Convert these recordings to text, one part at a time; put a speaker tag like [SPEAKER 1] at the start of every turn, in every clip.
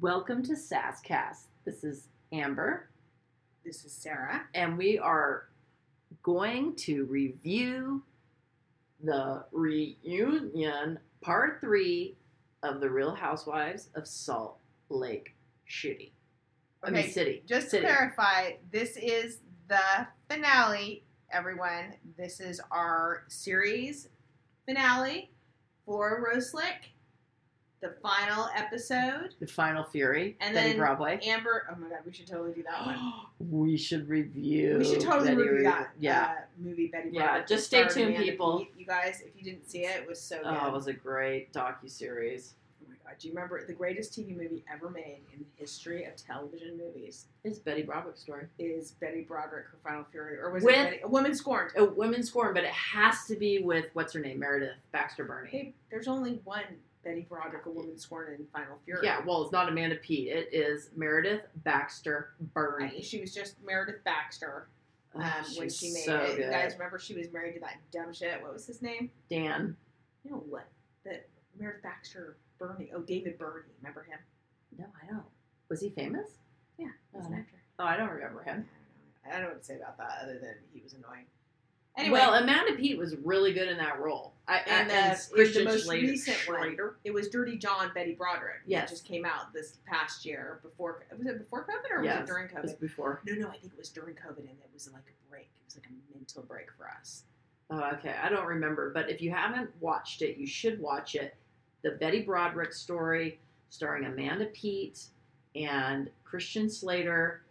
[SPEAKER 1] Welcome to SASCast. This is Amber,
[SPEAKER 2] This is Sarah.
[SPEAKER 1] and we are going to review the reunion part three of The Real Housewives of Salt Lake City. I mean, City.
[SPEAKER 2] just to
[SPEAKER 1] City.
[SPEAKER 2] clarify, this is the finale, everyone. This is our series finale for Rose Lick, the final episode.
[SPEAKER 1] The Final Fury,
[SPEAKER 2] And
[SPEAKER 1] Betty
[SPEAKER 2] then-
[SPEAKER 1] Broadway.
[SPEAKER 2] Amber, oh my god, we should totally do that one.
[SPEAKER 1] we should review.
[SPEAKER 2] We should totally
[SPEAKER 1] Betty
[SPEAKER 2] review
[SPEAKER 1] Re-
[SPEAKER 2] that
[SPEAKER 1] Yeah.
[SPEAKER 2] uh, movie, Betty.
[SPEAKER 1] Yeah,
[SPEAKER 2] Brant,
[SPEAKER 1] just stay
[SPEAKER 2] starring
[SPEAKER 1] tuned,
[SPEAKER 2] Amanda
[SPEAKER 1] people.
[SPEAKER 2] Peet. You guys, if you didn't see it, it was so good.
[SPEAKER 1] Oh, it was a great docu series.
[SPEAKER 2] oh my god, do you remember the greatest TV movie ever made in the history of television movies?
[SPEAKER 1] It's Betty Broadway's story.
[SPEAKER 2] is Betty Broderick her Final Fury, or was
[SPEAKER 1] With-
[SPEAKER 2] it Betty, a woman scorned?
[SPEAKER 1] A Oh, women's scorn, but it has to be with what's her name, Meredith Baxter Burney.
[SPEAKER 2] Hey, there's only one Betty Broderick, a woman scorned in Final Fury.
[SPEAKER 1] Yeah, well, it's not Amanda Pete. It is Meredith Baxter
[SPEAKER 2] I-
[SPEAKER 1] Burney.
[SPEAKER 2] she was just Meredith Baxter um,
[SPEAKER 1] Ah,
[SPEAKER 2] when
[SPEAKER 1] she's
[SPEAKER 2] she made
[SPEAKER 1] so
[SPEAKER 2] it.
[SPEAKER 1] Good.
[SPEAKER 2] You guys remember she was married to that dumb shit. What was his name?
[SPEAKER 1] Dan.
[SPEAKER 2] No, what? The Meredith Baxter Burney. Oh, David Burney. Remember him?
[SPEAKER 1] No, I don't. Was he famous?
[SPEAKER 2] Yeah, he was an
[SPEAKER 1] Oh.
[SPEAKER 2] actor.
[SPEAKER 1] Oh, I don't remember
[SPEAKER 2] I don't
[SPEAKER 1] him.
[SPEAKER 2] know. I don't know what to say about that other than he was annoying. Anyway,
[SPEAKER 1] Well, Amanda Pete was really good in that role. I,
[SPEAKER 2] And, uh,
[SPEAKER 1] and
[SPEAKER 2] in the
[SPEAKER 1] Christian
[SPEAKER 2] most
[SPEAKER 1] Schla-
[SPEAKER 2] recent one,
[SPEAKER 1] Schrader.
[SPEAKER 2] it was Dirty John Betty Broderick.
[SPEAKER 1] Yes.
[SPEAKER 2] That just came out this past year before. Was it before COVID or was
[SPEAKER 1] Yes,
[SPEAKER 2] it during
[SPEAKER 1] It
[SPEAKER 2] COVID?
[SPEAKER 1] was before.
[SPEAKER 2] No, no, I think it was during COVID, and it was like a break. It was like a mental break for us.
[SPEAKER 1] Oh, okay. I don't remember, but if you haven't watched it, you should watch it. The Betty Broderick story, starring Amanda Peet and Christian Slater.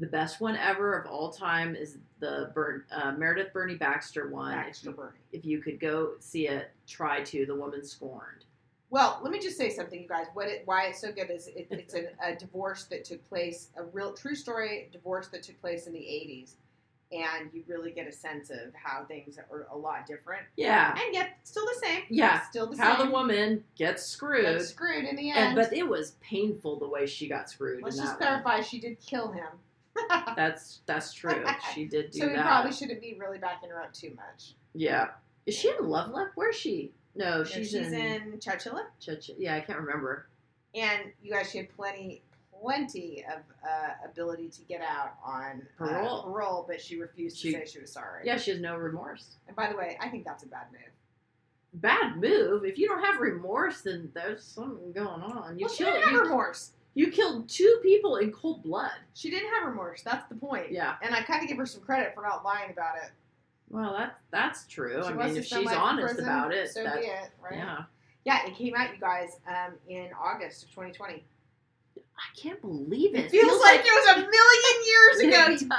[SPEAKER 1] The best one ever of all time is the Bern, uh, Meredith Bernie Baxter one.
[SPEAKER 2] Baxter
[SPEAKER 1] If, you,
[SPEAKER 2] Bernie.
[SPEAKER 1] if you could go see it, try to. The Woman Scorned.
[SPEAKER 2] Well, let me just say something, you guys. What it, why it's so good is it, it's an, a divorce that took place, a real true story divorce that took place in the '80s, and you really get a sense of how things are a lot different,
[SPEAKER 1] Yeah.
[SPEAKER 2] and yet still the same.
[SPEAKER 1] Yeah.
[SPEAKER 2] still the
[SPEAKER 1] How
[SPEAKER 2] same.
[SPEAKER 1] the woman gets screwed.
[SPEAKER 2] Got screwed in the end.
[SPEAKER 1] and, but it was painful the way she got screwed.
[SPEAKER 2] Let's
[SPEAKER 1] in
[SPEAKER 2] just
[SPEAKER 1] that one.
[SPEAKER 2] clarify, she did kill him.
[SPEAKER 1] That's that's true. She did do
[SPEAKER 2] so we
[SPEAKER 1] that.
[SPEAKER 2] probably shouldn't be really backing her up too much.
[SPEAKER 1] Yeah. Is she in Love Left? Where's she? No,
[SPEAKER 2] So
[SPEAKER 1] she's, in,
[SPEAKER 2] Chowchilla.
[SPEAKER 1] Chich- yeah, I can't remember.
[SPEAKER 2] And you guys, she had plenty, plenty of uh, ability to get out on uh,
[SPEAKER 1] Parole.
[SPEAKER 2] parole, but she refused
[SPEAKER 1] She-
[SPEAKER 2] to say she was sorry.
[SPEAKER 1] Yeah, she has no remorse.
[SPEAKER 2] And by the way, I think that's a bad move.
[SPEAKER 1] Bad move. If you don't have remorse, then there's something going on. You
[SPEAKER 2] well, she
[SPEAKER 1] killed
[SPEAKER 2] didn't have
[SPEAKER 1] you,
[SPEAKER 2] remorse.
[SPEAKER 1] you killed two people in cold blood.
[SPEAKER 2] She didn't have remorse. That's the point.
[SPEAKER 1] Yeah.
[SPEAKER 2] And I kind of give her some credit for not lying about it.
[SPEAKER 1] Well, that that's true.
[SPEAKER 2] She
[SPEAKER 1] Oh, I
[SPEAKER 2] wants
[SPEAKER 1] mean,
[SPEAKER 2] to
[SPEAKER 1] if
[SPEAKER 2] spend
[SPEAKER 1] she's
[SPEAKER 2] life in
[SPEAKER 1] honest
[SPEAKER 2] prison,
[SPEAKER 1] about it,
[SPEAKER 2] so
[SPEAKER 1] that,
[SPEAKER 2] be it. Right?
[SPEAKER 1] yeah.
[SPEAKER 2] Yeah, It came out, you guys, um, in August of 2020.
[SPEAKER 1] I can't believe it.
[SPEAKER 2] It feels like it was a million years ago,
[SPEAKER 1] It
[SPEAKER 2] you
[SPEAKER 1] does.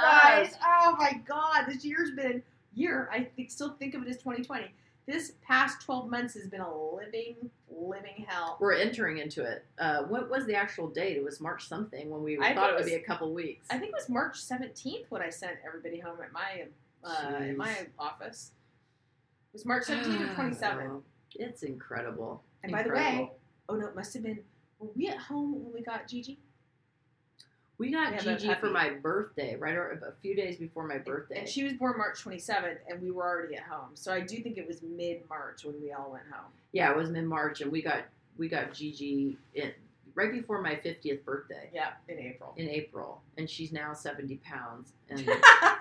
[SPEAKER 2] guys. Oh my God, this year's been year. I think, still think of it as 2020. This past 12 months has been a living, living hell.
[SPEAKER 1] we're entering into it. Uh, what was the actual date? It was March something when we
[SPEAKER 2] I
[SPEAKER 1] thought
[SPEAKER 2] think
[SPEAKER 1] it would
[SPEAKER 2] it
[SPEAKER 1] be a couple weeks.
[SPEAKER 2] I think it was March 17th when I sent everybody home at my uh,
[SPEAKER 1] Jeez.
[SPEAKER 2] in my office. It was March 17th or 27th.
[SPEAKER 1] It's incredible.
[SPEAKER 2] And by the
[SPEAKER 1] Incredible.
[SPEAKER 2] way, oh no, it must have been. Were we at home when we got Gigi?
[SPEAKER 1] We got
[SPEAKER 2] We have a
[SPEAKER 1] Gigi for
[SPEAKER 2] puppy.
[SPEAKER 1] my birthday, right? Or a few days before my birthday.
[SPEAKER 2] And she was born March 27th, and we were already at home. So I do think it was mid March when we all went home.
[SPEAKER 1] yeah, it was mid March, and we got we got Gigi in, right before my fiftieth birthday
[SPEAKER 2] Yeah, in April.
[SPEAKER 1] in April, and she's now seventy pounds, and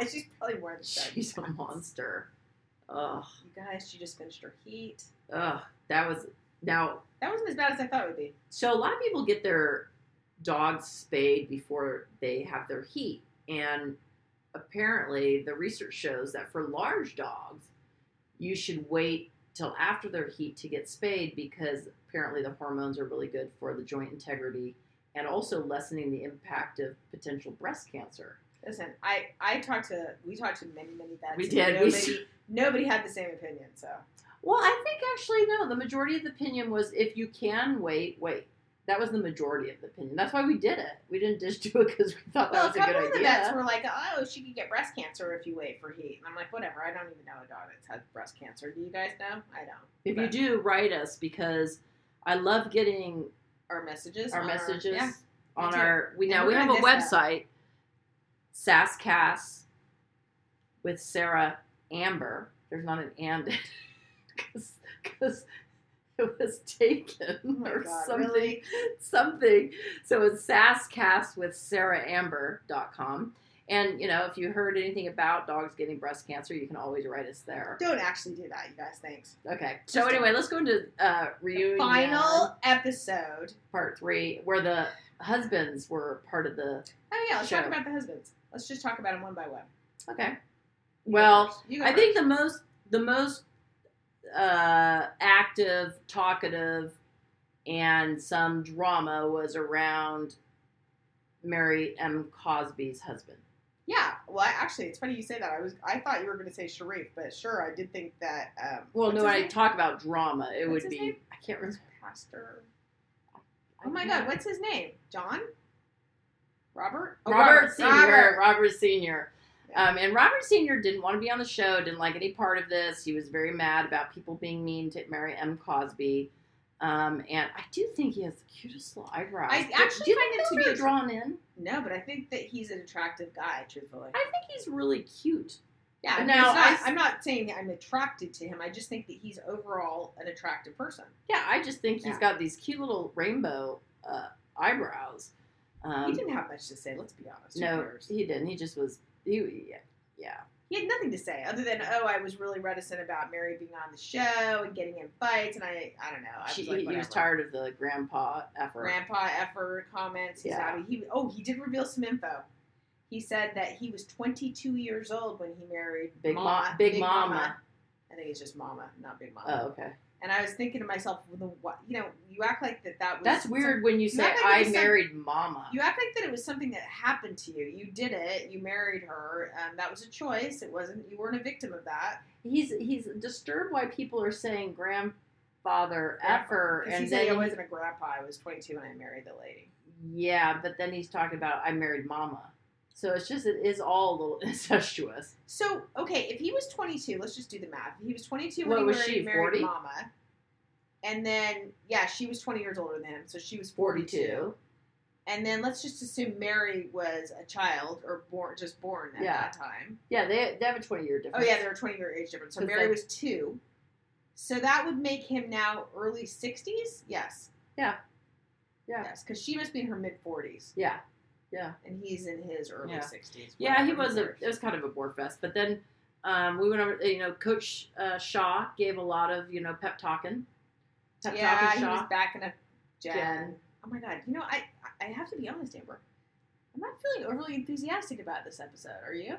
[SPEAKER 2] she's probably more than seventy.
[SPEAKER 1] she's a monster. Ugh,
[SPEAKER 2] You guys, she just finished her heat.
[SPEAKER 1] ugh, that was now.
[SPEAKER 2] That wasn't as bad as I thought it would be.
[SPEAKER 1] So a lot of people get their dogs spayed before they have their heat, and apparently the research shows that for large dogs, you should wait till after their heat to get spayed because apparently the hormones are really good for the joint integrity and also lessening the impact of potential breast cancer.
[SPEAKER 2] Listen, I I talked to we talked to many many vets.
[SPEAKER 1] We
[SPEAKER 2] and
[SPEAKER 1] did. We
[SPEAKER 2] Nobody, nobody had the same opinion. So
[SPEAKER 1] Well, I think actually no. The majority of the opinion was if you can wait, wait. That was the majority of the opinion. That's why we did it. We didn't just do it because we thought
[SPEAKER 2] well, a
[SPEAKER 1] that was a
[SPEAKER 2] couple
[SPEAKER 1] good
[SPEAKER 2] of the
[SPEAKER 1] idea.
[SPEAKER 2] vets were like, "Oh, she could get breast cancer if you wait for heat." And I'm like, "Whatever. I don't even know a dog that's had breast cancer. Do you guys know? I don't."
[SPEAKER 1] If you
[SPEAKER 2] But-
[SPEAKER 1] do, write us because I love getting
[SPEAKER 2] Our messages.
[SPEAKER 1] our
[SPEAKER 2] on
[SPEAKER 1] messages
[SPEAKER 2] yeah.
[SPEAKER 1] on
[SPEAKER 2] too.
[SPEAKER 1] our. We
[SPEAKER 2] And
[SPEAKER 1] now
[SPEAKER 2] we're
[SPEAKER 1] we have a
[SPEAKER 2] gonna miss
[SPEAKER 1] website, Sascast with Sarah Amber. There's not an and because it was taken
[SPEAKER 2] Oh my
[SPEAKER 1] or
[SPEAKER 2] God,
[SPEAKER 1] something
[SPEAKER 2] really?
[SPEAKER 1] something so it's sascast with sarahamber.com and you know if you heard anything about dogs getting breast cancer you can always write us there
[SPEAKER 2] Don't actually do that, you guys. Thanks.
[SPEAKER 1] okay so anyway let's go into uh reunion
[SPEAKER 2] Final episode.
[SPEAKER 1] part three where the husbands were part of the
[SPEAKER 2] Oh yeah, let's
[SPEAKER 1] Sure.
[SPEAKER 2] talk about the husbands. Let's just talk about them one by one.
[SPEAKER 1] okay
[SPEAKER 2] You go
[SPEAKER 1] Well,
[SPEAKER 2] first. You go
[SPEAKER 1] I think the most the most uh, active, talkative, and some drama was around Mary M. Cosby's husband.
[SPEAKER 2] Yeah. Well, I, actually, it's funny you say that. I was I thought you were going to say Sharif, but sure, I did think that. Um,
[SPEAKER 1] Well,
[SPEAKER 2] what's
[SPEAKER 1] no,
[SPEAKER 2] his
[SPEAKER 1] when I
[SPEAKER 2] name?
[SPEAKER 1] talk about drama, it
[SPEAKER 2] What's
[SPEAKER 1] would
[SPEAKER 2] his
[SPEAKER 1] be
[SPEAKER 2] name?
[SPEAKER 1] I can't remember.
[SPEAKER 2] pastor. Oh my God, what's his name? John. Robert. Oh,
[SPEAKER 1] Robert Senior. Robert,
[SPEAKER 2] Robert.
[SPEAKER 1] Senior.
[SPEAKER 2] Yeah.
[SPEAKER 1] Um, and Robert Senior didn't want to be on the show. Didn't like any part of this. He was very mad about people being mean to Mary M. Cosby. Um, and I do think he has the cutest little eyebrows.
[SPEAKER 2] I
[SPEAKER 1] Do-
[SPEAKER 2] actually
[SPEAKER 1] do you
[SPEAKER 2] find
[SPEAKER 1] think
[SPEAKER 2] it to
[SPEAKER 1] those
[SPEAKER 2] be
[SPEAKER 1] are drawn in?
[SPEAKER 2] No, but I think that he's an attractive guy. Truthfully.
[SPEAKER 1] I think he's really cute.
[SPEAKER 2] Yeah,
[SPEAKER 1] Now,
[SPEAKER 2] now not,
[SPEAKER 1] I-
[SPEAKER 2] I, am not saying that I'm attracted to him. I just think that he's overall an attractive person.
[SPEAKER 1] Yeah, I just think he's
[SPEAKER 2] Yeah.
[SPEAKER 1] got these cute little rainbow uh, eyebrows. Um,
[SPEAKER 2] he didn't have much to say. Let's be honest. Who
[SPEAKER 1] No,
[SPEAKER 2] cares?
[SPEAKER 1] he didn't. He just was. He, yeah, yeah.
[SPEAKER 2] he had nothing to say other than, "Oh, I was really reticent about Mary being on the show and getting in fights," and I, I don't know. I
[SPEAKER 1] She,
[SPEAKER 2] was like,
[SPEAKER 1] he, he was
[SPEAKER 2] whatever.
[SPEAKER 1] tired of the grandpa effort.
[SPEAKER 2] Grandpa effort comments. He's
[SPEAKER 1] Yeah.
[SPEAKER 2] yeah. He oh, he did reveal some info. He said that he was 22 years old when he married
[SPEAKER 1] Big
[SPEAKER 2] Ma-
[SPEAKER 1] Mom- Big Mama.
[SPEAKER 2] I think it's just Mama, not Big Mama.
[SPEAKER 1] oh, okay.
[SPEAKER 2] And I was thinking to myself, well, the, what, you know, you act like that that was
[SPEAKER 1] That's weird when you say
[SPEAKER 2] Remember you
[SPEAKER 1] I
[SPEAKER 2] said-
[SPEAKER 1] married mama.
[SPEAKER 2] You act like that it was something that happened to you. You did it. You married her. Um, that was a choice. It wasn't. You weren't a victim of that.
[SPEAKER 1] He's he's disturbed why people are saying grandfather
[SPEAKER 2] Grandpa.
[SPEAKER 1] effer
[SPEAKER 2] 'Cause he
[SPEAKER 1] and
[SPEAKER 2] said
[SPEAKER 1] then
[SPEAKER 2] I wasn't a grandpa. I was 22 and I married the lady.
[SPEAKER 1] yeah, but then he's talking about I married mama. So it's just it is all a little incestuous.
[SPEAKER 2] So okay, if he was 22, let's just do the math. He was 22
[SPEAKER 1] What
[SPEAKER 2] when he
[SPEAKER 1] was
[SPEAKER 2] married,
[SPEAKER 1] she,
[SPEAKER 2] married
[SPEAKER 1] 40?
[SPEAKER 2] Mama, and then yeah, she was 20 years older than him, so she was 42.
[SPEAKER 1] Forty-two.
[SPEAKER 2] And then let's just assume Mary was a child or born just born at
[SPEAKER 1] Yeah.
[SPEAKER 2] that time.
[SPEAKER 1] Yeah, they, they have a twenty-year
[SPEAKER 2] Oh
[SPEAKER 1] difference.
[SPEAKER 2] yeah, they were 20 year age difference. So
[SPEAKER 1] 'Cause
[SPEAKER 2] Mary
[SPEAKER 1] like-
[SPEAKER 2] was two, so that would make him now early 60s. Yes.
[SPEAKER 1] Yeah. Yeah.
[SPEAKER 2] Yes, because she must be in her mid 40s,
[SPEAKER 1] yeah.
[SPEAKER 2] and he's in his early
[SPEAKER 1] Yeah.
[SPEAKER 2] 60s.
[SPEAKER 1] Yeah, he
[SPEAKER 2] whatever,
[SPEAKER 1] was a.
[SPEAKER 2] who
[SPEAKER 1] It was kind of a war fest. But then um, we went over. You know, Coach uh, Shaw gave a lot of you know pep talking. Pep
[SPEAKER 2] cares? Yeah,
[SPEAKER 1] talking
[SPEAKER 2] he was
[SPEAKER 1] Shaw.
[SPEAKER 2] backing up Jen.
[SPEAKER 1] Jen.
[SPEAKER 2] Oh my God! You know, I I have to be honest, Amber. I'm not feeling overly enthusiastic about this episode. Are you?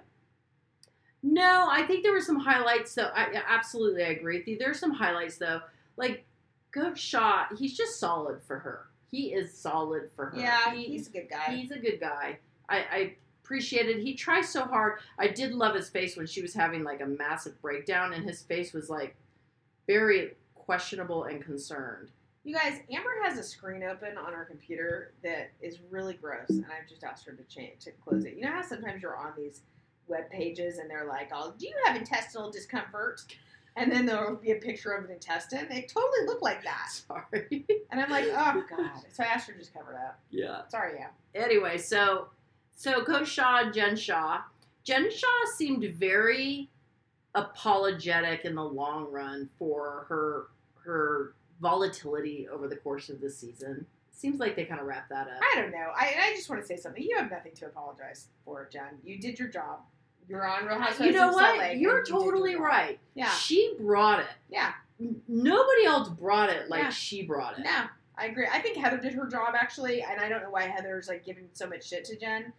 [SPEAKER 1] No, I think there were some highlights. Though I I absolutely I agree with you. There's some highlights though. Like Coach Shaw, he's just solid for her. He is solid for her.
[SPEAKER 2] Yeah,
[SPEAKER 1] He-
[SPEAKER 2] he's a good guy.
[SPEAKER 1] He's a good guy. I, I appreciate it. He tries so hard. I did love his face when she was having like a massive breakdown, and his face was like very questionable and concerned.
[SPEAKER 2] You guys, Amber has a screen open on her computer that is really gross, and I've just asked her to change to close it. You know how sometimes you're on these web pages and they're like, "Oh, do you have intestinal discomfort?" And then there'll be a picture of an intestine. It totally looked like that,
[SPEAKER 1] Sorry.
[SPEAKER 2] and I'm like, "Oh God!" So I asked her to just cover it up.
[SPEAKER 1] Yeah.
[SPEAKER 2] Sorry, yeah.
[SPEAKER 1] Anyway, so so Coach Shaw, and Jen Shaw, Jen Shaw seemed very apologetic in the long run for her her volatility over the course of the season. Seems like they kind of wrapped that up.
[SPEAKER 2] I don't know. I, I just want to say something. You have nothing to apologize for, Jen. You did your job. You're on Real Housewives.
[SPEAKER 1] you know
[SPEAKER 2] of Salt Lake,
[SPEAKER 1] what?
[SPEAKER 2] and
[SPEAKER 1] You're
[SPEAKER 2] you did your
[SPEAKER 1] totally
[SPEAKER 2] job.
[SPEAKER 1] right.
[SPEAKER 2] Yeah,
[SPEAKER 1] She brought it.
[SPEAKER 2] yeah.
[SPEAKER 1] N- Nobody else brought it like
[SPEAKER 2] Yeah.
[SPEAKER 1] she brought it.
[SPEAKER 2] No, I agree. I think Heather did her job actually, and I don't know why Heather's like giving so much shit to Jen.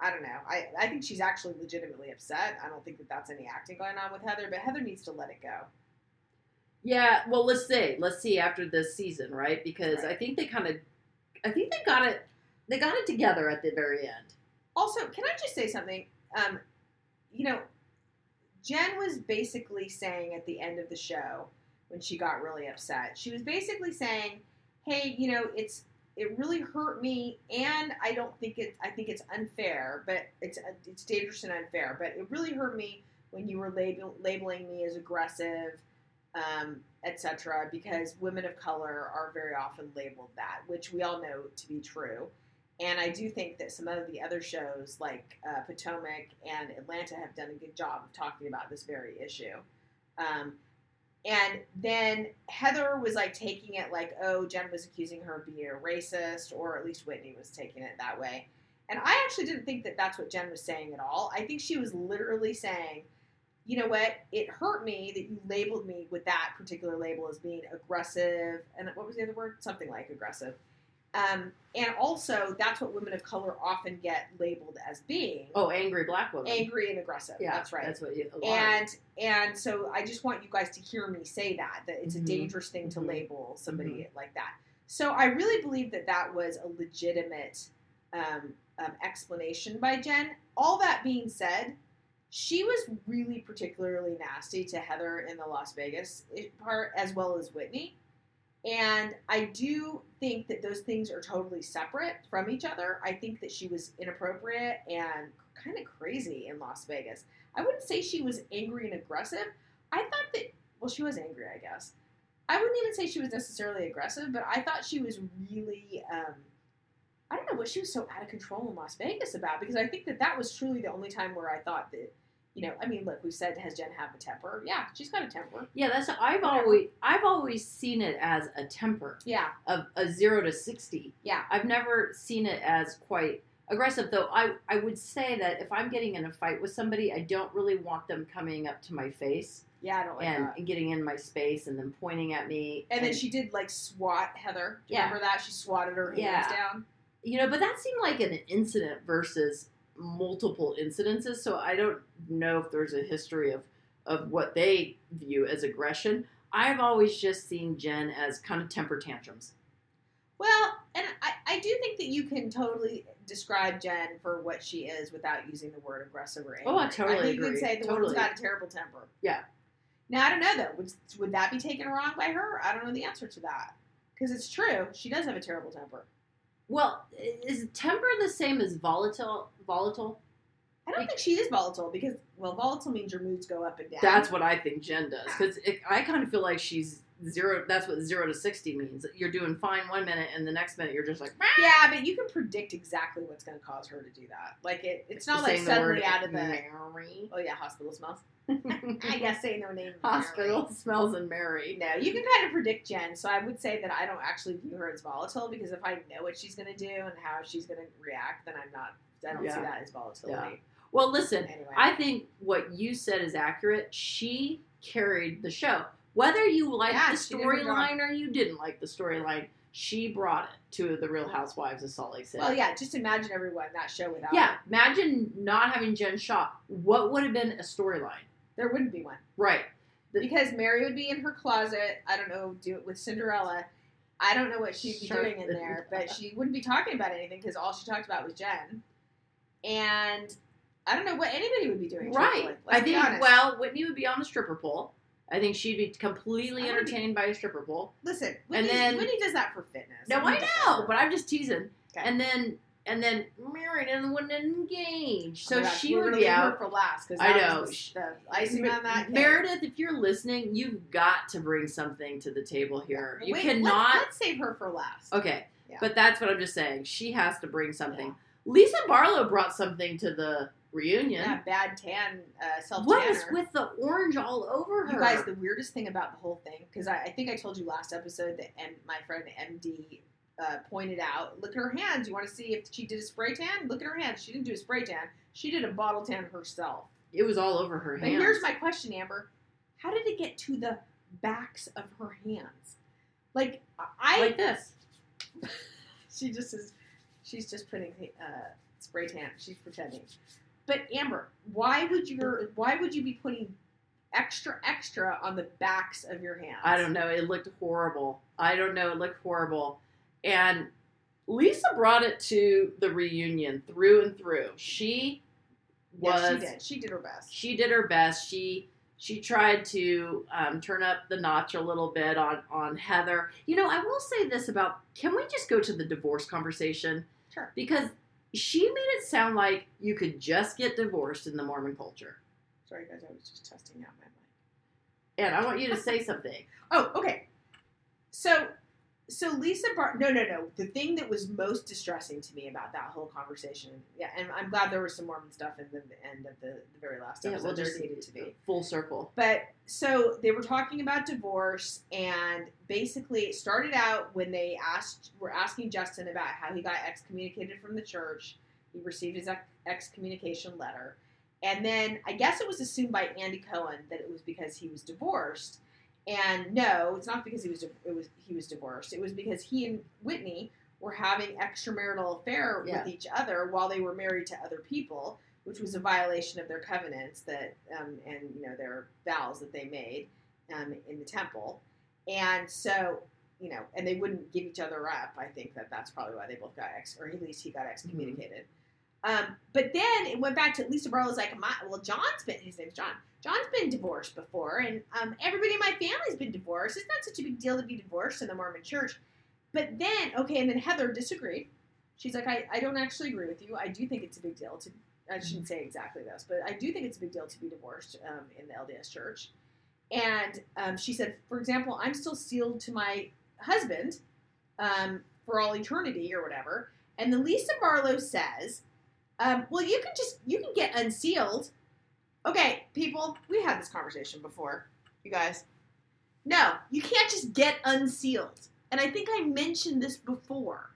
[SPEAKER 2] I don't know. I, I think she's actually legitimately upset. I don't think that that's any acting going on with Heather, but Heather needs to let it go.
[SPEAKER 1] Yeah, well, let's see. Let's see after this season, right? Because
[SPEAKER 2] Right.
[SPEAKER 1] I think they kind of, I think they got it, they got it together at the very end.
[SPEAKER 2] Also, can I just say something? Um, you know, Jen was basically saying at the end of the show when she got really upset, she was basically saying, "Hey, you know, it's it really hurt me, and I don't think it. I think it's unfair, but it's it's dangerous and unfair. But it really hurt me when you were label, labeling me as aggressive." Um, etc because women of color are very often labeled that which we all know to be true and I do think that some of the other shows, like uh, Potomac and Atlanta, have done a good job of talking about this very issue. Um, And then Heather was like taking it like, oh, Jen was accusing her of being a racist, or at least Whitney was taking it that way. And I actually didn't think that that's what Jen was saying at all. I think she was literally saying, you know what, it hurt me that you labeled me with that particular label as being aggressive. And what was the other word? Something like aggressive. Um, and also, that's what women of color often get labeled as being
[SPEAKER 1] Oh, angry black woman.
[SPEAKER 2] angry and aggressive.
[SPEAKER 1] Yeah,
[SPEAKER 2] that's right
[SPEAKER 1] That's what you, a lot of-
[SPEAKER 2] and and so I just want you guys to hear me say that that it's
[SPEAKER 1] Mhm.
[SPEAKER 2] a dangerous thing to
[SPEAKER 1] Mhm.
[SPEAKER 2] label somebody like that. So I really believe that that was a legitimate um, um, explanation by Jen. All that being said, she was really particularly nasty to Heather in the Las Vegas eh, part as well as Whitney. And I do think that those things are totally separate from each other. I think that she was inappropriate and kind of crazy in Las Vegas. I wouldn't say she was angry and aggressive. I thought that, well, she was angry, I guess. I wouldn't even say she was necessarily aggressive, but I thought she was really, um, I don't know what she was so out of control in Las Vegas about because I think that that was truly the only time where I thought that, you know, I mean, look, we said, has Jen have a temper? Yeah, she's got a temper.
[SPEAKER 1] yeah, that's I've
[SPEAKER 2] Whatever.
[SPEAKER 1] always I've always seen it as a temper
[SPEAKER 2] Yeah,
[SPEAKER 1] of a zero to sixty.
[SPEAKER 2] yeah,
[SPEAKER 1] I've never seen it as quite aggressive, though. I I would say that if I'm getting in a fight with somebody, I don't really want them coming up to my face
[SPEAKER 2] yeah, I don't like
[SPEAKER 1] and,
[SPEAKER 2] that.
[SPEAKER 1] and getting in my space and then pointing at me.
[SPEAKER 2] Oh And then she did like swat Heather. Do you
[SPEAKER 1] Yeah.
[SPEAKER 2] remember that? She swatted her hands
[SPEAKER 1] Yeah.
[SPEAKER 2] down.
[SPEAKER 1] you know, but that seemed like an incident versus multiple incidences. So I don't know if there's a history of of what they view as aggression. I've always just seen Jen as kind of temper tantrums.
[SPEAKER 2] Well, and I, I do think that you can totally describe Jen for what she is without using the word aggressive or angry.
[SPEAKER 1] Oh, I totally
[SPEAKER 2] think You
[SPEAKER 1] agree.
[SPEAKER 2] can say the
[SPEAKER 1] Totally.
[SPEAKER 2] woman's got a terrible temper.
[SPEAKER 1] Yeah.
[SPEAKER 2] Now I don't know though. Would, would that be taken wrong by her? I don't know the answer to that because it's true. She does have a terrible temper.
[SPEAKER 1] Well, is temper the same as volatile? Volatile?
[SPEAKER 2] I don't think she is volatile because well, volatile means your moods go up and down.
[SPEAKER 1] That's what I think Jen does because I kind of feel like she's zero. That's what zero to sixty means. You're doing fine one minute, and the next minute you're just like, "Meh."
[SPEAKER 2] yeah, but you can predict exactly what's going to cause her to do that. Like it, it's not like
[SPEAKER 1] Saying the
[SPEAKER 2] suddenly
[SPEAKER 1] word
[SPEAKER 2] out of the.
[SPEAKER 1] Mary.
[SPEAKER 2] Oh yeah, hospital smells. I guess say no name.
[SPEAKER 1] Hospital smells and Mary.
[SPEAKER 2] No, you can kind of predict Jen, so I would say that I don't actually view her as volatile because if I know what she's going to do and how she's going to react, then I'm not. I don't
[SPEAKER 1] Yeah.
[SPEAKER 2] see that as volatility.
[SPEAKER 1] Well, listen,
[SPEAKER 2] Anyway,
[SPEAKER 1] I think what you said is accurate. She carried the show. Whether you liked
[SPEAKER 2] Yeah,
[SPEAKER 1] the
[SPEAKER 2] she did her job.
[SPEAKER 1] storyline or you didn't like the storyline, she brought it to the Real Housewives of Salt Lake City.
[SPEAKER 2] well, yeah. Just imagine everyone that show without.
[SPEAKER 1] Yeah,
[SPEAKER 2] her.
[SPEAKER 1] imagine not having Jen Shaw. What would have been a storyline?
[SPEAKER 2] there wouldn't be one
[SPEAKER 1] Right. The-
[SPEAKER 2] because Mary would be in her closet. I don't know, do it with Cinderella. I don't know what she'd be
[SPEAKER 1] Sure.
[SPEAKER 2] doing in there, but she wouldn't be talking about anything because all she talked about was Jen, and I don't know what anybody would be doing.
[SPEAKER 1] Right.
[SPEAKER 2] truthfully. Let's
[SPEAKER 1] I
[SPEAKER 2] be
[SPEAKER 1] think,
[SPEAKER 2] honest.
[SPEAKER 1] well, Whitney would be on a stripper pole. I think she'd be completely
[SPEAKER 2] I would be-
[SPEAKER 1] entertained by a stripper pole.
[SPEAKER 2] listen,
[SPEAKER 1] and
[SPEAKER 2] Whitney,
[SPEAKER 1] then-
[SPEAKER 2] Whitney does that for fitness.
[SPEAKER 1] No, I
[SPEAKER 2] Whitney does that
[SPEAKER 1] know,
[SPEAKER 2] for-
[SPEAKER 1] but I'm just teasing.
[SPEAKER 2] Okay.
[SPEAKER 1] And then, and then married and wouldn't engage.
[SPEAKER 2] Oh
[SPEAKER 1] So
[SPEAKER 2] my gosh,
[SPEAKER 1] she
[SPEAKER 2] we're
[SPEAKER 1] would
[SPEAKER 2] gonna
[SPEAKER 1] be
[SPEAKER 2] leave her
[SPEAKER 1] out.
[SPEAKER 2] for last because
[SPEAKER 1] I
[SPEAKER 2] that
[SPEAKER 1] know.
[SPEAKER 2] was the- the icing on that. cake.
[SPEAKER 1] Meredith, if you're listening, you've got to bring something to the table here. You
[SPEAKER 2] Wait,
[SPEAKER 1] cannot. Oh,
[SPEAKER 2] Let's, let's save her for last.
[SPEAKER 1] okay,
[SPEAKER 2] Yeah.
[SPEAKER 1] but that's what I'm just saying. She has to bring something. Lisa Barlow brought something to the reunion.
[SPEAKER 2] Yeah, bad tan, uh, self
[SPEAKER 1] What is
[SPEAKER 2] tanner.
[SPEAKER 1] with the orange all over her?
[SPEAKER 2] you guys? The weirdest thing about the whole thing because I, I think I told you last episode that M, my friend MD uh, pointed out. Look at her hands. You want to see if she did a spray tan? Look at her hands. She didn't do a spray tan. She did a bottle tan herself.
[SPEAKER 1] it was all over her
[SPEAKER 2] But
[SPEAKER 1] hands.
[SPEAKER 2] here's my question, Amber: How did it get to the backs of her hands? Like I
[SPEAKER 1] like this.
[SPEAKER 2] She just is. She's just putting uh, spray tan. She's pretending. But Amber, why would your why would you be putting extra extra on the backs of your hands?
[SPEAKER 1] I don't know. It looked horrible. I don't know. It looked horrible. And Lisa brought it to the reunion through and through. She was.
[SPEAKER 2] Yes, she did. She did her best.
[SPEAKER 1] she did her best. She she tried to um, turn up the notch a little bit on on Heather. You know, I will say this about can we just go to the divorce conversation
[SPEAKER 2] Sure.
[SPEAKER 1] because she made it sound like you could just get divorced in the Mormon culture.
[SPEAKER 2] Sorry guys, I was just testing out my mic.
[SPEAKER 1] And I want you to say something.
[SPEAKER 2] Oh, okay. So so Lisa Bar no no no the thing that was most distressing to me about that whole conversation yeah and I'm glad there was some Mormon stuff in the end of the, the very last episode
[SPEAKER 1] well,
[SPEAKER 2] there
[SPEAKER 1] just
[SPEAKER 2] needed to be
[SPEAKER 1] full circle.
[SPEAKER 2] but so they were talking about divorce and basically it started out when they asked were asking Justin about how he got excommunicated from the church he received his ex- excommunication letter and then I guess it was assumed by Andy Cohen that it was because he was divorced and no, it's not because he was it was he was divorced. It was because he and Whitney were having extramarital affair
[SPEAKER 1] Yeah.
[SPEAKER 2] with each other while they were married to other people, which was a violation of their covenants that um, and you know their vows that they made um, in the temple. And so you know, and they wouldn't give each other up. I think that that's probably why they both got ex, or at least he got excommunicated. Um, but then it went back to Lisa Barlow's like, my, well, John's been his name's John. John's been divorced before, and um, everybody in my family's been divorced. It's not such a big deal to be divorced in the Mormon Church. But then, okay, and then Heather disagreed. She's like, I, I don't actually agree with you. I do think it's a big deal to, I shouldn't say exactly this, but I do think it's a big deal to be divorced um, in the LDS Church. And um, she said, for example, I'm still sealed to my husband um, for all eternity or whatever. And then Lisa Barlow says, um, well, you can just, you can get unsealed. Okay, people, we had this conversation before. You guys. No, you can't just get unsealed. And I think I mentioned this before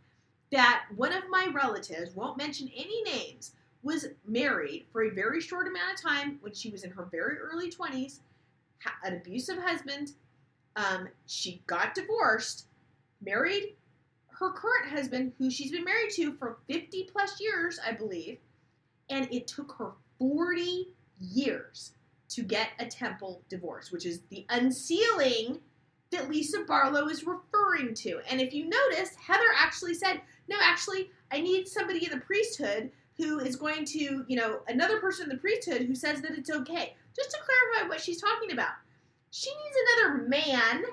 [SPEAKER 2] that one of my relatives, won't mention any names, was married for a very short amount of time when she was in her very early 20s, ha- an abusive husband. Um, she got divorced, married her current husband, who she's been married to for 50 plus years, I believe, and it took her 40 years to get a temple divorce, which is the unsealing that Lisa Barlow is referring to. And if you notice, Heather actually said, No, actually, I need somebody in the priesthood who is going to, you know, another person in the priesthood who says that it's okay. Just to clarify what she's talking about, she needs another man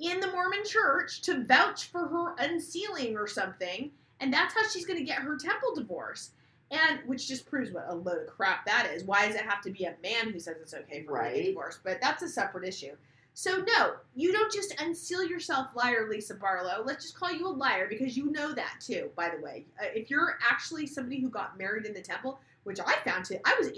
[SPEAKER 2] in the Mormon church to vouch for her unsealing or something. And that's how she's going to get her temple divorce. And which just proves what a load of crap that is. Why does it have to be a man who says it's okay for women to
[SPEAKER 1] Right.
[SPEAKER 2] get divorced? But that's a separate issue. So no, you don't just unseal yourself, liar Lisa Barlow. Let's just call you a liar because you know that too. By the way, uh, if you're actually somebody who got married in the temple, which I found to, I was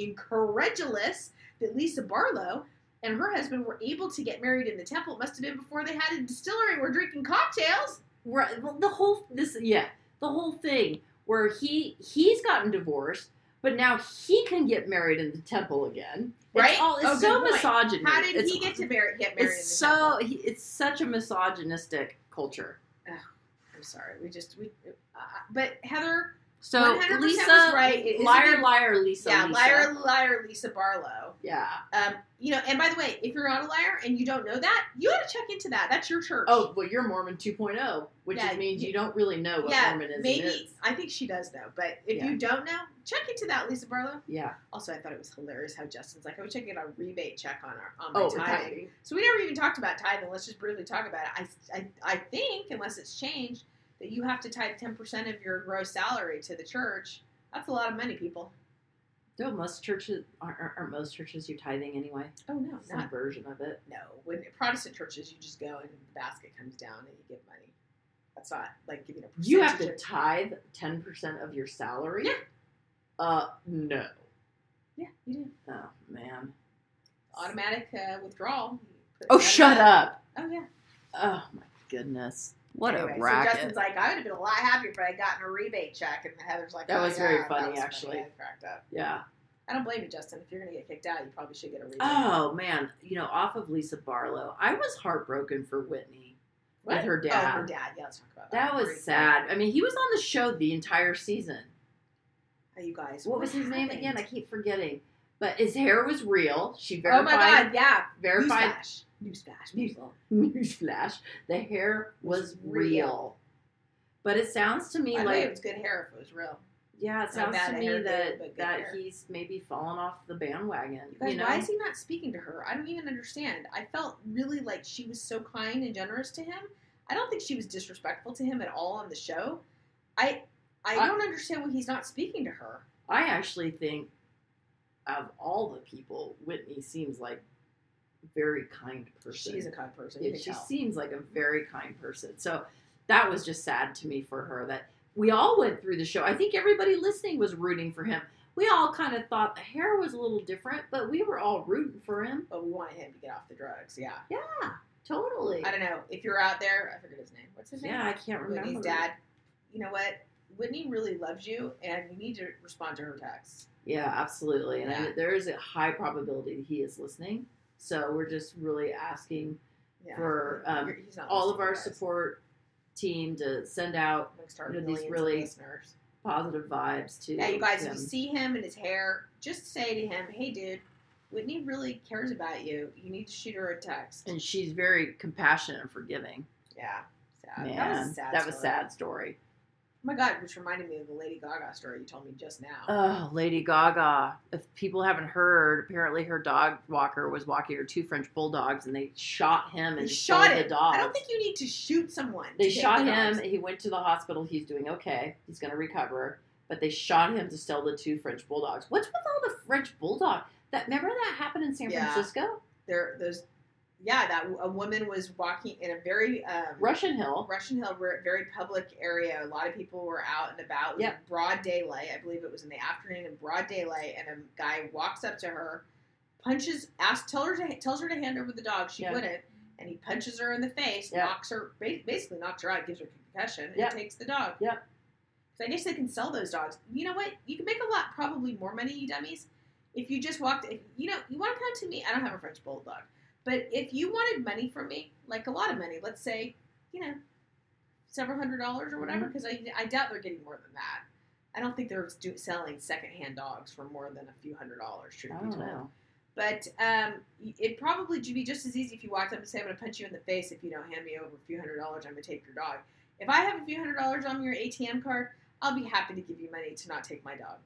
[SPEAKER 2] incredulous that Lisa Barlow and her husband were able to get married in the temple. It must have been before they had a distillery and were drinking cocktails.
[SPEAKER 1] Right. Well, the whole this yeah, the whole thing where he he's gotten divorced, but now he can get married in the temple again.
[SPEAKER 2] Right?
[SPEAKER 1] It's, all, it's
[SPEAKER 2] Oh,
[SPEAKER 1] so
[SPEAKER 2] good point.
[SPEAKER 1] misogyny.
[SPEAKER 2] How did
[SPEAKER 1] It's-
[SPEAKER 2] he get to mar- get married?
[SPEAKER 1] It's
[SPEAKER 2] in the temple?
[SPEAKER 1] so he, it's such a misogynistic culture.
[SPEAKER 2] I'm sorry. We just we. Uh, but Heather,
[SPEAKER 1] So
[SPEAKER 2] 100%
[SPEAKER 1] Lisa,
[SPEAKER 2] was right. It
[SPEAKER 1] liar,
[SPEAKER 2] isn't-
[SPEAKER 1] liar, Lisa,
[SPEAKER 2] yeah,
[SPEAKER 1] Lisa.
[SPEAKER 2] liar, liar, Lisa Barlow.
[SPEAKER 1] yeah.
[SPEAKER 2] Um, you know, and by the way, if you're not a liar and you don't know that, you ought to check into that. That's your church.
[SPEAKER 1] Oh, well, you're Mormon 2.0, which
[SPEAKER 2] Yeah,
[SPEAKER 1] just means
[SPEAKER 2] you-
[SPEAKER 1] you don't really know what
[SPEAKER 2] yeah,
[SPEAKER 1] Mormonism
[SPEAKER 2] maybe
[SPEAKER 1] is.
[SPEAKER 2] I think she does though. But if
[SPEAKER 1] Yeah.
[SPEAKER 2] you don't know, check into that, Lisa Barlow.
[SPEAKER 1] Yeah.
[SPEAKER 2] Also, I thought it was hilarious how Justin's like, I wish I could get a rebate check on our on my
[SPEAKER 1] Oh,
[SPEAKER 2] tithing.
[SPEAKER 1] tithing.
[SPEAKER 2] So we never even talked about tithing. Let's just briefly talk about it. I, I, I think, unless it's changed, that you have to tithe ten percent of your gross salary to the church. That's a lot of money, people.
[SPEAKER 1] Don't most churches aren't, aren't- aren't most churches you tithing anyway?
[SPEAKER 2] Oh no,
[SPEAKER 1] Some
[SPEAKER 2] not
[SPEAKER 1] version of it.
[SPEAKER 2] no. When Protestant churches, you just go and the basket comes down and you give money. That's not like giving a percentage.
[SPEAKER 1] You have to
[SPEAKER 2] of-
[SPEAKER 1] tithe ten percent of your salary.
[SPEAKER 2] Yeah.
[SPEAKER 1] Uh, no.
[SPEAKER 2] yeah, you do
[SPEAKER 1] Oh man.
[SPEAKER 2] automatic uh, withdrawal. Put
[SPEAKER 1] Oh,
[SPEAKER 2] it
[SPEAKER 1] shut
[SPEAKER 2] automatic-
[SPEAKER 1] up.
[SPEAKER 2] Oh yeah.
[SPEAKER 1] Oh my goodness. What
[SPEAKER 2] Anyway,
[SPEAKER 1] a
[SPEAKER 2] So
[SPEAKER 1] racket.
[SPEAKER 2] Justin's like, I would have been a lot happier if I had gotten a rebate check, and Heather's like,
[SPEAKER 1] That
[SPEAKER 2] "Oh,
[SPEAKER 1] was
[SPEAKER 2] yeah,
[SPEAKER 1] very
[SPEAKER 2] that
[SPEAKER 1] funny,
[SPEAKER 2] was
[SPEAKER 1] actually.
[SPEAKER 2] I cracked up.
[SPEAKER 1] yeah.
[SPEAKER 2] I don't blame you, Justin. If you're going to get kicked out, you probably should get a rebate.
[SPEAKER 1] Oh man. You know, off of Lisa Barlow, I was heartbroken for Whitney.
[SPEAKER 2] What?
[SPEAKER 1] with her
[SPEAKER 2] Oh,
[SPEAKER 1] dad.
[SPEAKER 2] her dad. Yeah, let's talk about that.
[SPEAKER 1] That was
[SPEAKER 2] Great.
[SPEAKER 1] sad. I mean, he was on the show the entire season.
[SPEAKER 2] Oh, you guys.
[SPEAKER 1] What was his name
[SPEAKER 2] happened?
[SPEAKER 1] again? I keep forgetting. But his hair was real. She
[SPEAKER 2] Oh
[SPEAKER 1] verified.
[SPEAKER 2] my God! Yeah.
[SPEAKER 1] Verified.
[SPEAKER 2] Newsflash. Newsflash.
[SPEAKER 1] News-
[SPEAKER 2] people.
[SPEAKER 1] Newsflash: the hair was
[SPEAKER 2] Was real.
[SPEAKER 1] real. But it sounds to me
[SPEAKER 2] By the way, it
[SPEAKER 1] like
[SPEAKER 2] was good hair if it was real.
[SPEAKER 1] yeah, it
[SPEAKER 2] not
[SPEAKER 1] sounds
[SPEAKER 2] bad
[SPEAKER 1] to
[SPEAKER 2] a
[SPEAKER 1] me
[SPEAKER 2] hairdo,
[SPEAKER 1] that
[SPEAKER 2] but good
[SPEAKER 1] that
[SPEAKER 2] hair.
[SPEAKER 1] he's maybe fallen off the bandwagon.
[SPEAKER 2] You guys,
[SPEAKER 1] know,
[SPEAKER 2] why is he not speaking to her? I don't even understand. I felt really like she was so kind and generous to him. I don't think she was disrespectful to him at all on the show. I I,
[SPEAKER 1] I-
[SPEAKER 2] don't understand why he's not speaking to her.
[SPEAKER 1] I actually think of all the people, Whitney seems like very kind person.
[SPEAKER 2] She's a kind person. You
[SPEAKER 1] Yeah,
[SPEAKER 2] can
[SPEAKER 1] she
[SPEAKER 2] tell.
[SPEAKER 1] seems like a very kind person. So that was just sad to me for her that we all went through the show. I think everybody listening was rooting for him. We all kind of thought the hair was a little different, but we were all rooting for him.
[SPEAKER 2] but we want him to get off the drugs. Yeah.
[SPEAKER 1] Totally.
[SPEAKER 2] I don't know if you're out there. I forget his name. What's his name?
[SPEAKER 1] yeah, I can't remember.
[SPEAKER 2] Whitney's dad. You know what? Whitney really loves you, and you need to respond to her texts.
[SPEAKER 1] Yeah, absolutely. And I-
[SPEAKER 2] Yeah.
[SPEAKER 1] there is a high probability that he is listening. So we're just really asking
[SPEAKER 2] Yeah.
[SPEAKER 1] For, um,
[SPEAKER 2] You're- he's not
[SPEAKER 1] all of
[SPEAKER 2] listening,
[SPEAKER 1] our
[SPEAKER 2] guys.
[SPEAKER 1] support team to send out
[SPEAKER 2] Like, start
[SPEAKER 1] you know, these
[SPEAKER 2] millions of
[SPEAKER 1] really-
[SPEAKER 2] listeners.
[SPEAKER 1] positive vibes to
[SPEAKER 2] Yeah, you guys,
[SPEAKER 1] him.
[SPEAKER 2] if you see him and his hair, just say to him, "Hey, dude, Whitney really cares about you. You need to shoot her a text."
[SPEAKER 1] and she's very compassionate and forgiving.
[SPEAKER 2] Yeah, sad.
[SPEAKER 1] Man,
[SPEAKER 2] that was a sad. story.
[SPEAKER 1] sad story.
[SPEAKER 2] Oh my God, which reminded me of the Lady Gaga story you told me just now.
[SPEAKER 1] Oh, Lady Gaga. If people haven't heard, apparently her dog walker was walking her two French bulldogs and they shot him
[SPEAKER 2] they
[SPEAKER 1] and
[SPEAKER 2] shot
[SPEAKER 1] killed
[SPEAKER 2] him.
[SPEAKER 1] the dog.
[SPEAKER 2] I don't think you need to shoot someone.
[SPEAKER 1] they
[SPEAKER 2] to get
[SPEAKER 1] shot
[SPEAKER 2] the
[SPEAKER 1] him.
[SPEAKER 2] dogs.
[SPEAKER 1] He went to the hospital. He's doing okay. He's going to recover. But they shot him to steal the two French bulldogs. What's with all the French bulldog? That remember that happened in San
[SPEAKER 2] Yeah.
[SPEAKER 1] Francisco,
[SPEAKER 2] There, those. Yeah, that a woman was walking in a very um,
[SPEAKER 1] Russian Hill.
[SPEAKER 2] Russian Hill, were a very public area. A lot of people were out and about. It was
[SPEAKER 1] Yep.
[SPEAKER 2] broad daylight. I believe it was in the afternoon in broad daylight, and a guy walks up to her, punches, asks, tell her to, tells her to hand over the dog. She
[SPEAKER 1] Yeah.
[SPEAKER 2] wouldn't, and he punches her in the face,
[SPEAKER 1] Yeah.
[SPEAKER 2] knocks her, ba- basically knocks her out, gives her concussion, and
[SPEAKER 1] Yeah.
[SPEAKER 2] takes the dog.
[SPEAKER 1] Yeah.
[SPEAKER 2] So I guess they can sell those dogs. You know what? You can make a lot, probably more money, you dummies, if you just walked. If, you know, you want to come to me. I don't have a French bulldog, but if you wanted money from me, like a lot of money, let's say, you know, several hundred dollars or whatever, because I, I doubt they're getting more than that. I don't think they're do, selling secondhand dogs for more than a few hundred dollars. Truth
[SPEAKER 1] I
[SPEAKER 2] be
[SPEAKER 1] don't
[SPEAKER 2] told,
[SPEAKER 1] know.
[SPEAKER 2] but um, it'd probably be just as easy if you walked up and said, I'm going to punch you in the face if you don't hand me over a few hundred dollars. I'm going to take your dog. If I have a few hundred dollars on your ATM card, I'll be happy to give you money to not take my dog.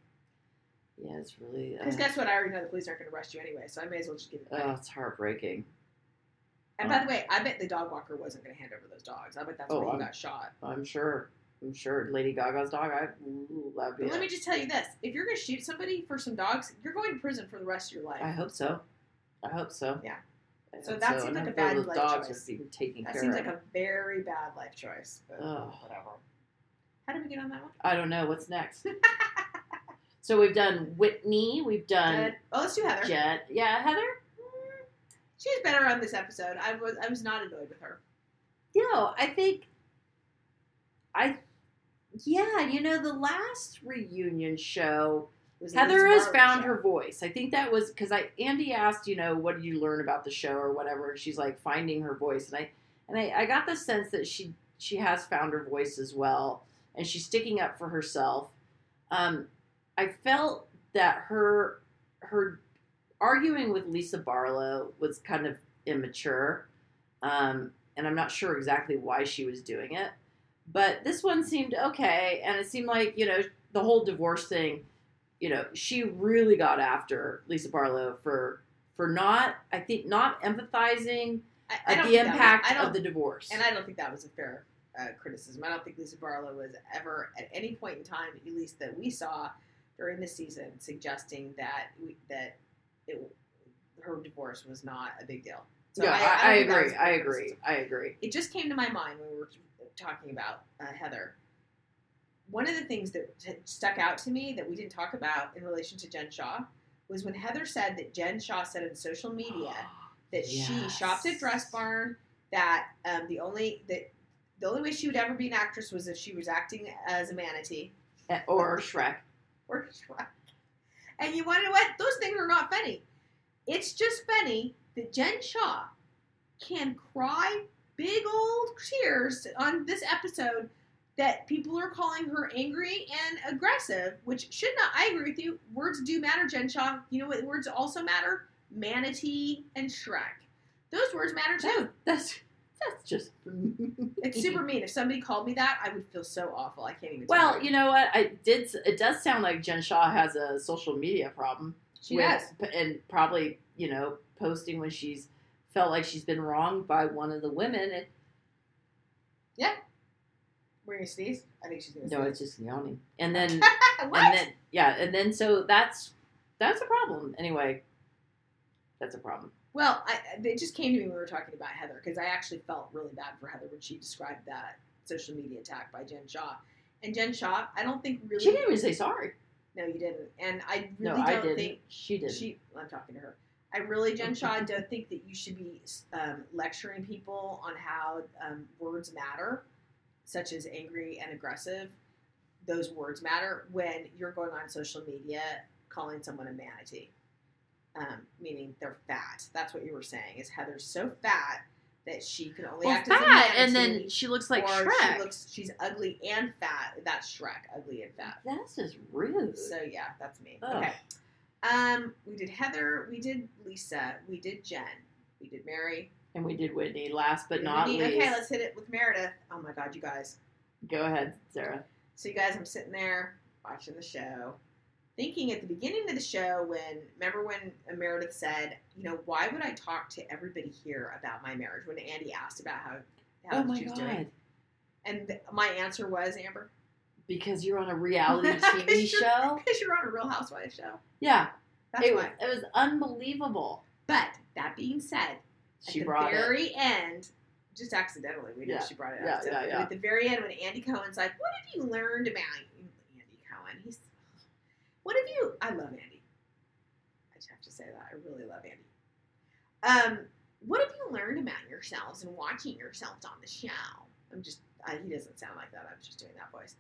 [SPEAKER 1] Yeah, it's really.
[SPEAKER 2] Because
[SPEAKER 1] Uh,
[SPEAKER 2] guess what? I already know the police aren't going to arrest you anyway, so I may as well just give it
[SPEAKER 1] oh,
[SPEAKER 2] money.
[SPEAKER 1] it's heartbreaking.
[SPEAKER 2] and by the way, I bet the dog walker wasn't going to hand over those dogs. I bet that's
[SPEAKER 1] Oh,
[SPEAKER 2] why he
[SPEAKER 1] I'm-
[SPEAKER 2] got shot.
[SPEAKER 1] I'm sure. I'm sure Lady Gaga's dog. I ooh, that'd be.
[SPEAKER 2] But let me just tell you this if you're going to shoot somebody for some dogs, you're going to prison for the rest of your life.
[SPEAKER 1] I hope so. I hope so.
[SPEAKER 2] Yeah.
[SPEAKER 1] I
[SPEAKER 2] So
[SPEAKER 1] hope
[SPEAKER 2] that seems
[SPEAKER 1] And
[SPEAKER 2] like
[SPEAKER 1] I
[SPEAKER 2] a
[SPEAKER 1] hope
[SPEAKER 2] bad
[SPEAKER 1] those
[SPEAKER 2] life
[SPEAKER 1] dogs
[SPEAKER 2] choice.
[SPEAKER 1] are being taken
[SPEAKER 2] that
[SPEAKER 1] care
[SPEAKER 2] seems
[SPEAKER 1] of.
[SPEAKER 2] like a very bad life choice. But
[SPEAKER 1] Ugh.
[SPEAKER 2] whatever. How did we get on that one?
[SPEAKER 1] I don't know what's next. so we've done Whitney. We've done
[SPEAKER 2] Good. oh, let's do Heather. Mm.
[SPEAKER 1] Jet. Um, Yeah, Heather.
[SPEAKER 2] She was better on this episode. I was I was not annoyed with her.
[SPEAKER 1] No, I think. I. Yeah, you know the last reunion show,
[SPEAKER 2] It was
[SPEAKER 1] Heather has
[SPEAKER 2] Liz Marley's
[SPEAKER 1] found
[SPEAKER 2] show.
[SPEAKER 1] her voice. I think that was because I Andy asked, you know, what did you learn about the show or whatever, and she's like finding her voice, and I and I, I got the sense that she she has found her voice as well, and she's sticking up for herself. Um, I felt that her her arguing with Lisa Barlow was kind of immature, um, and I'm not sure exactly why she was doing it. But this one seemed okay, and it seemed like you know the whole divorce thing. You know, she really got after Lisa Barlow for for not, I think, not empathizing
[SPEAKER 2] I, I
[SPEAKER 1] at
[SPEAKER 2] don't
[SPEAKER 1] the
[SPEAKER 2] think that was-
[SPEAKER 1] impact
[SPEAKER 2] I don't,
[SPEAKER 1] of the divorce.
[SPEAKER 2] and I don't think that was a fair uh, criticism. I don't think Lisa Barlow was ever at any point in time, at least that we saw during the season, suggesting that we, that it, her divorce was not a big deal. So
[SPEAKER 1] no, I,
[SPEAKER 2] I,
[SPEAKER 1] I
[SPEAKER 2] don't think that was
[SPEAKER 1] agree.
[SPEAKER 2] a fair
[SPEAKER 1] I agree.
[SPEAKER 2] criticism.
[SPEAKER 1] I agree.
[SPEAKER 2] It just came to my mind when we were talking about uh, Heather. One of the things that had stuck out to me that we didn't talk about in relation to Jen Shaw was when Heather said that Jen Shaw said on social media
[SPEAKER 1] Oh.
[SPEAKER 2] that she
[SPEAKER 1] Yes.
[SPEAKER 2] shopped at Dress Barn, that um, the only that the only way she would ever be an actress was if she was acting as a manatee
[SPEAKER 1] Eh, Or Shrek.
[SPEAKER 2] or Shrek. And you want to know what? Those things are not funny. It's just funny that Jen Shaw can cry big old tears on this episode that people are calling her angry and aggressive, which should not. I agree with you. Words do matter, Jen Shaw. You know what words also matter? Manatee and Shrek. Those words matter too.
[SPEAKER 1] That's that's just.
[SPEAKER 2] It's super mean. If somebody called me that, I would feel so awful. I can't even.
[SPEAKER 1] Well,
[SPEAKER 2] tell
[SPEAKER 1] you know what? I did. s- It does sound like Jen Shaw has a social media problem.
[SPEAKER 2] she
[SPEAKER 1] with-
[SPEAKER 2] does.
[SPEAKER 1] p- and probably you know posting when she's felt like she's been wronged by one of the women. And,
[SPEAKER 2] We're gonna sneeze. I think she's gonna.
[SPEAKER 1] no, it's
[SPEAKER 2] sneeze.
[SPEAKER 1] just yawning. And then
[SPEAKER 2] what?
[SPEAKER 1] and then yeah, and then so that's that's a problem. Anyway, that's a problem.
[SPEAKER 2] Well, I, it just came to me when we were talking about Heather because I actually felt really bad for Heather when she described that social media attack by Jen Shaw. And Jen Shaw, I don't think really.
[SPEAKER 1] She didn't even say sorry.
[SPEAKER 2] No, you didn't. And I
[SPEAKER 1] no,
[SPEAKER 2] really
[SPEAKER 1] I
[SPEAKER 2] don't
[SPEAKER 1] didn't.
[SPEAKER 2] think
[SPEAKER 1] she didn't.
[SPEAKER 2] she. I'm talking to her. I really, Jen Shaw, don't think that you should be um, lecturing people on how um, words matter, such as angry and aggressive. Those words matter when you're going on social media calling someone a manatee, um, meaning they're fat. That's what you were saying. Is Heather's so fat that she can only
[SPEAKER 1] well,
[SPEAKER 2] act as a
[SPEAKER 1] fat,
[SPEAKER 2] manatee,
[SPEAKER 1] and then she looks like
[SPEAKER 2] or
[SPEAKER 1] Shrek.
[SPEAKER 2] she looks she's ugly and fat. That's Shrek, ugly and fat.
[SPEAKER 1] That's just rude.
[SPEAKER 2] So yeah, that's me.
[SPEAKER 1] Ugh.
[SPEAKER 2] Okay. Um, we did Heather, we did Lisa, we did Jen, we did Mary,
[SPEAKER 1] and we did Whitney last but
[SPEAKER 2] we did
[SPEAKER 1] not
[SPEAKER 2] Whitney.
[SPEAKER 1] least.
[SPEAKER 2] Okay, let's hit it with Meredith. Oh my God, you guys.
[SPEAKER 1] Go ahead, Sarah.
[SPEAKER 2] So you guys, I'm sitting there watching the show, thinking at the beginning of the show when remember when Meredith said, you know, why would I talk to everybody here about my marriage? When Andy asked about how how
[SPEAKER 1] oh my
[SPEAKER 2] she was
[SPEAKER 1] god.
[SPEAKER 2] doing, and th- my answer was Amber,
[SPEAKER 1] Because you're on a reality
[SPEAKER 2] 'Cause
[SPEAKER 1] TV
[SPEAKER 2] you're-
[SPEAKER 1] show.
[SPEAKER 2] because you're on a Real Housewives show.
[SPEAKER 1] Yeah.
[SPEAKER 2] That's
[SPEAKER 1] It was
[SPEAKER 2] why.
[SPEAKER 1] it was unbelievable.
[SPEAKER 2] But that being said,
[SPEAKER 1] She
[SPEAKER 2] at the
[SPEAKER 1] brought it.
[SPEAKER 2] very end, just accidentally, we know
[SPEAKER 1] Yeah.
[SPEAKER 2] she brought it up.
[SPEAKER 1] Yeah,
[SPEAKER 2] accidentally,
[SPEAKER 1] yeah, yeah.
[SPEAKER 2] But at the very end, when Andy Cohen's like, "What have you learned about Andy Cohen?" He's, "What have you?" I love Andy. I just have to say that I really love Andy. Um, what have you learned about yourselves and watching yourselves on the show? I'm just I, he doesn't sound like that. I'm just doing that voice.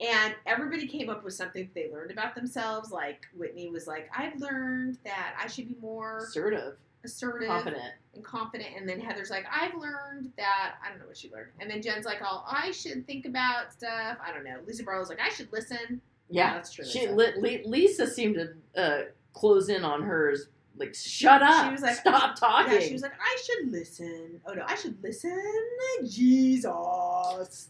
[SPEAKER 2] And everybody came up with something they learned about themselves. Like Whitney was like, "I've learned that I should be more
[SPEAKER 1] Assertive,
[SPEAKER 2] assertive,
[SPEAKER 1] confident.
[SPEAKER 2] and confident. And then Heather's like, I've learned that. I don't know what she learned. And then Jen's like, all I should think about stuff. I don't know. Lisa Barlow's like, I should listen.
[SPEAKER 1] Yeah.
[SPEAKER 2] that's true.
[SPEAKER 1] She
[SPEAKER 2] Lisa.
[SPEAKER 1] li- li- Lisa seemed to uh, close in on hers. Like, shut up!
[SPEAKER 2] She was like,
[SPEAKER 1] stop talking.
[SPEAKER 2] Yeah, she was like, I should listen. Oh no, I should listen. Jesus.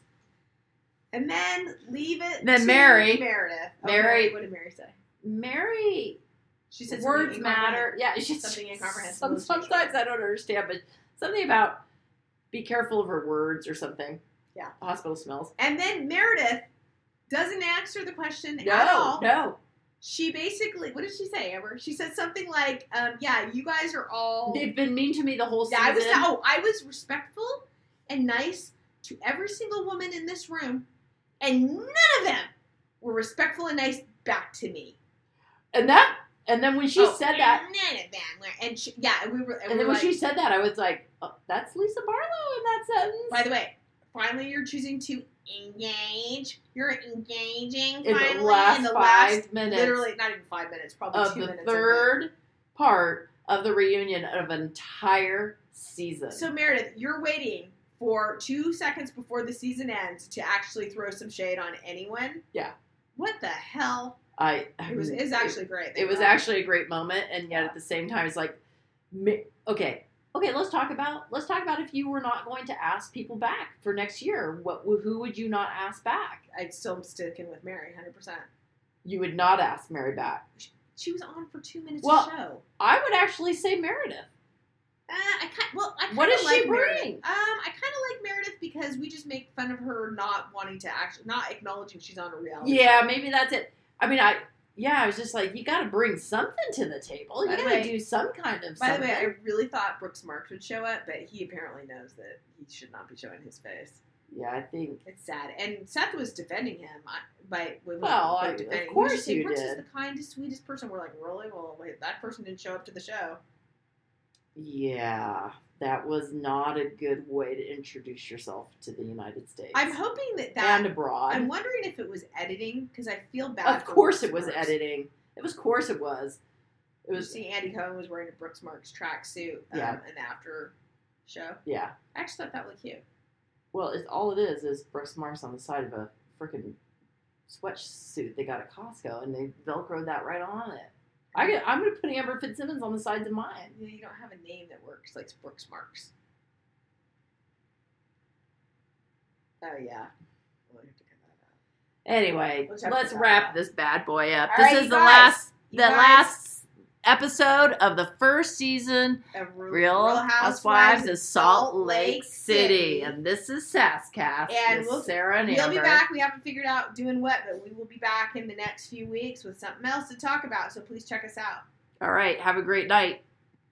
[SPEAKER 2] And then leave it.
[SPEAKER 1] Then
[SPEAKER 2] to
[SPEAKER 1] Mary.
[SPEAKER 2] Meredith. Oh,
[SPEAKER 1] Mary-
[SPEAKER 2] What did Mary say?
[SPEAKER 1] Mary
[SPEAKER 2] She said something
[SPEAKER 1] words matter. Yeah, it's just
[SPEAKER 2] Something incomprehensible
[SPEAKER 1] some-
[SPEAKER 2] is usual.
[SPEAKER 1] sometimes I don't understand, but something about be careful of her words or something.
[SPEAKER 2] Yeah.
[SPEAKER 1] hospital smells.
[SPEAKER 2] And then Meredith doesn't answer the question at
[SPEAKER 1] No,
[SPEAKER 2] all.
[SPEAKER 1] no,
[SPEAKER 2] She basically, what did she say, Amber? She said something like, um, "Yeah, you guys are all
[SPEAKER 1] they've been mean to me the whole
[SPEAKER 2] Oh. Yeah,
[SPEAKER 1] season.
[SPEAKER 2] I was oh, I was respectful and nice to every single woman in this room, and none of them were respectful and nice back to me.
[SPEAKER 1] and that, and then when she
[SPEAKER 2] Oh,
[SPEAKER 1] said
[SPEAKER 2] and
[SPEAKER 1] that,
[SPEAKER 2] None of them were, and she, yeah, and we were. And,
[SPEAKER 1] and
[SPEAKER 2] we
[SPEAKER 1] then when
[SPEAKER 2] were like,
[SPEAKER 1] she said that, I was like, oh, that's Lisa Barlow in that sentence.
[SPEAKER 2] by the way, finally you're choosing to engage. You're engaging
[SPEAKER 1] in
[SPEAKER 2] finally
[SPEAKER 1] the last
[SPEAKER 2] in the
[SPEAKER 1] five
[SPEAKER 2] last,
[SPEAKER 1] minutes
[SPEAKER 2] literally not even five minutes, probably
[SPEAKER 1] of
[SPEAKER 2] two
[SPEAKER 1] the
[SPEAKER 2] minutes. of
[SPEAKER 1] third part of the reunion of an entire season.
[SPEAKER 2] So Meredith, you're waiting for two seconds before the season ends to actually throw some shade on anyone.
[SPEAKER 1] Yeah.
[SPEAKER 2] What the hell?
[SPEAKER 1] I,
[SPEAKER 2] It was it was actually great.
[SPEAKER 1] it was
[SPEAKER 2] Thank God.
[SPEAKER 1] actually a great moment and yet at the same time it's like mi- okay okay let's talk about let's talk about if you were not going to ask people back for next year what who would you not ask back
[SPEAKER 2] I still am sticking with Mary, hundred percent.
[SPEAKER 1] you would not ask mary back
[SPEAKER 2] She was on for two minutes
[SPEAKER 1] Well,
[SPEAKER 2] of show.
[SPEAKER 1] i would actually say meredith
[SPEAKER 2] Uh, I kind well, I kind
[SPEAKER 1] What
[SPEAKER 2] of
[SPEAKER 1] does she
[SPEAKER 2] like
[SPEAKER 1] bring?
[SPEAKER 2] Meredith. Um, I kind of like Meredith because we just make fun of her not wanting to actually not acknowledging she's on a reality.
[SPEAKER 1] yeah maybe that's it i mean i yeah i was just like you gotta bring something to the table
[SPEAKER 2] By
[SPEAKER 1] you
[SPEAKER 2] the
[SPEAKER 1] gotta
[SPEAKER 2] way-
[SPEAKER 1] do some kind of
[SPEAKER 2] By the
[SPEAKER 1] something
[SPEAKER 2] way, I really thought Brooks Marks would show up, but he apparently knows that he should not be showing his face.
[SPEAKER 1] yeah i think
[SPEAKER 2] It's sad. And Seth was defending him I- by when
[SPEAKER 1] Well,
[SPEAKER 2] by
[SPEAKER 1] I- of
[SPEAKER 2] defending. He was
[SPEAKER 1] course
[SPEAKER 2] just saying,
[SPEAKER 1] you
[SPEAKER 2] Brooks is
[SPEAKER 1] did.
[SPEAKER 2] the kindest, sweetest person. We're like, really? Well, wait, that person didn't show up to the show.
[SPEAKER 1] yeah that was not a good way to introduce yourself to the united states
[SPEAKER 2] I'm hoping that
[SPEAKER 1] and
[SPEAKER 2] that.
[SPEAKER 1] abroad
[SPEAKER 2] I'm wondering if it was editing because I feel bad.
[SPEAKER 1] Of
[SPEAKER 2] for
[SPEAKER 1] course
[SPEAKER 2] Brooks
[SPEAKER 1] it was
[SPEAKER 2] Marks.
[SPEAKER 1] editing. It was of course it was. It
[SPEAKER 2] You
[SPEAKER 1] was
[SPEAKER 2] see, Andy Cohen was wearing a Brooks Marks tracksuit um,
[SPEAKER 1] Yeah.
[SPEAKER 2] in the after show.
[SPEAKER 1] yeah.
[SPEAKER 2] I actually thought that looked cute.
[SPEAKER 1] Well, it's all it is is Brooks Mars on the side of a freaking sweatsuit they got at Costco and they velcroed that right on it. I get, I'm gonna put Amber Fitzsimmons on the sides of mine.
[SPEAKER 2] You know, you don't have a name that works like Brooks Marks. Oh yeah. We'll have to cut that out.
[SPEAKER 1] Anyway,
[SPEAKER 2] Let's
[SPEAKER 1] let's,
[SPEAKER 2] have to
[SPEAKER 1] wrap
[SPEAKER 2] wrap
[SPEAKER 1] this bad boy up.
[SPEAKER 2] All
[SPEAKER 1] this
[SPEAKER 2] right,
[SPEAKER 1] is
[SPEAKER 2] you
[SPEAKER 1] the
[SPEAKER 2] guys.
[SPEAKER 1] last
[SPEAKER 2] You
[SPEAKER 1] the
[SPEAKER 2] guys-
[SPEAKER 1] last episode of the first season
[SPEAKER 2] of Real,
[SPEAKER 1] Real Housewives of Salt Lake City. And this is Sascast.
[SPEAKER 2] And
[SPEAKER 1] with
[SPEAKER 2] we'll-
[SPEAKER 1] Sarah and
[SPEAKER 2] We'll
[SPEAKER 1] Amber.
[SPEAKER 2] be back. We haven't figured out doing what, but we will be back in the next few weeks with something else to talk about. So please check us out.
[SPEAKER 1] All right, have a great night.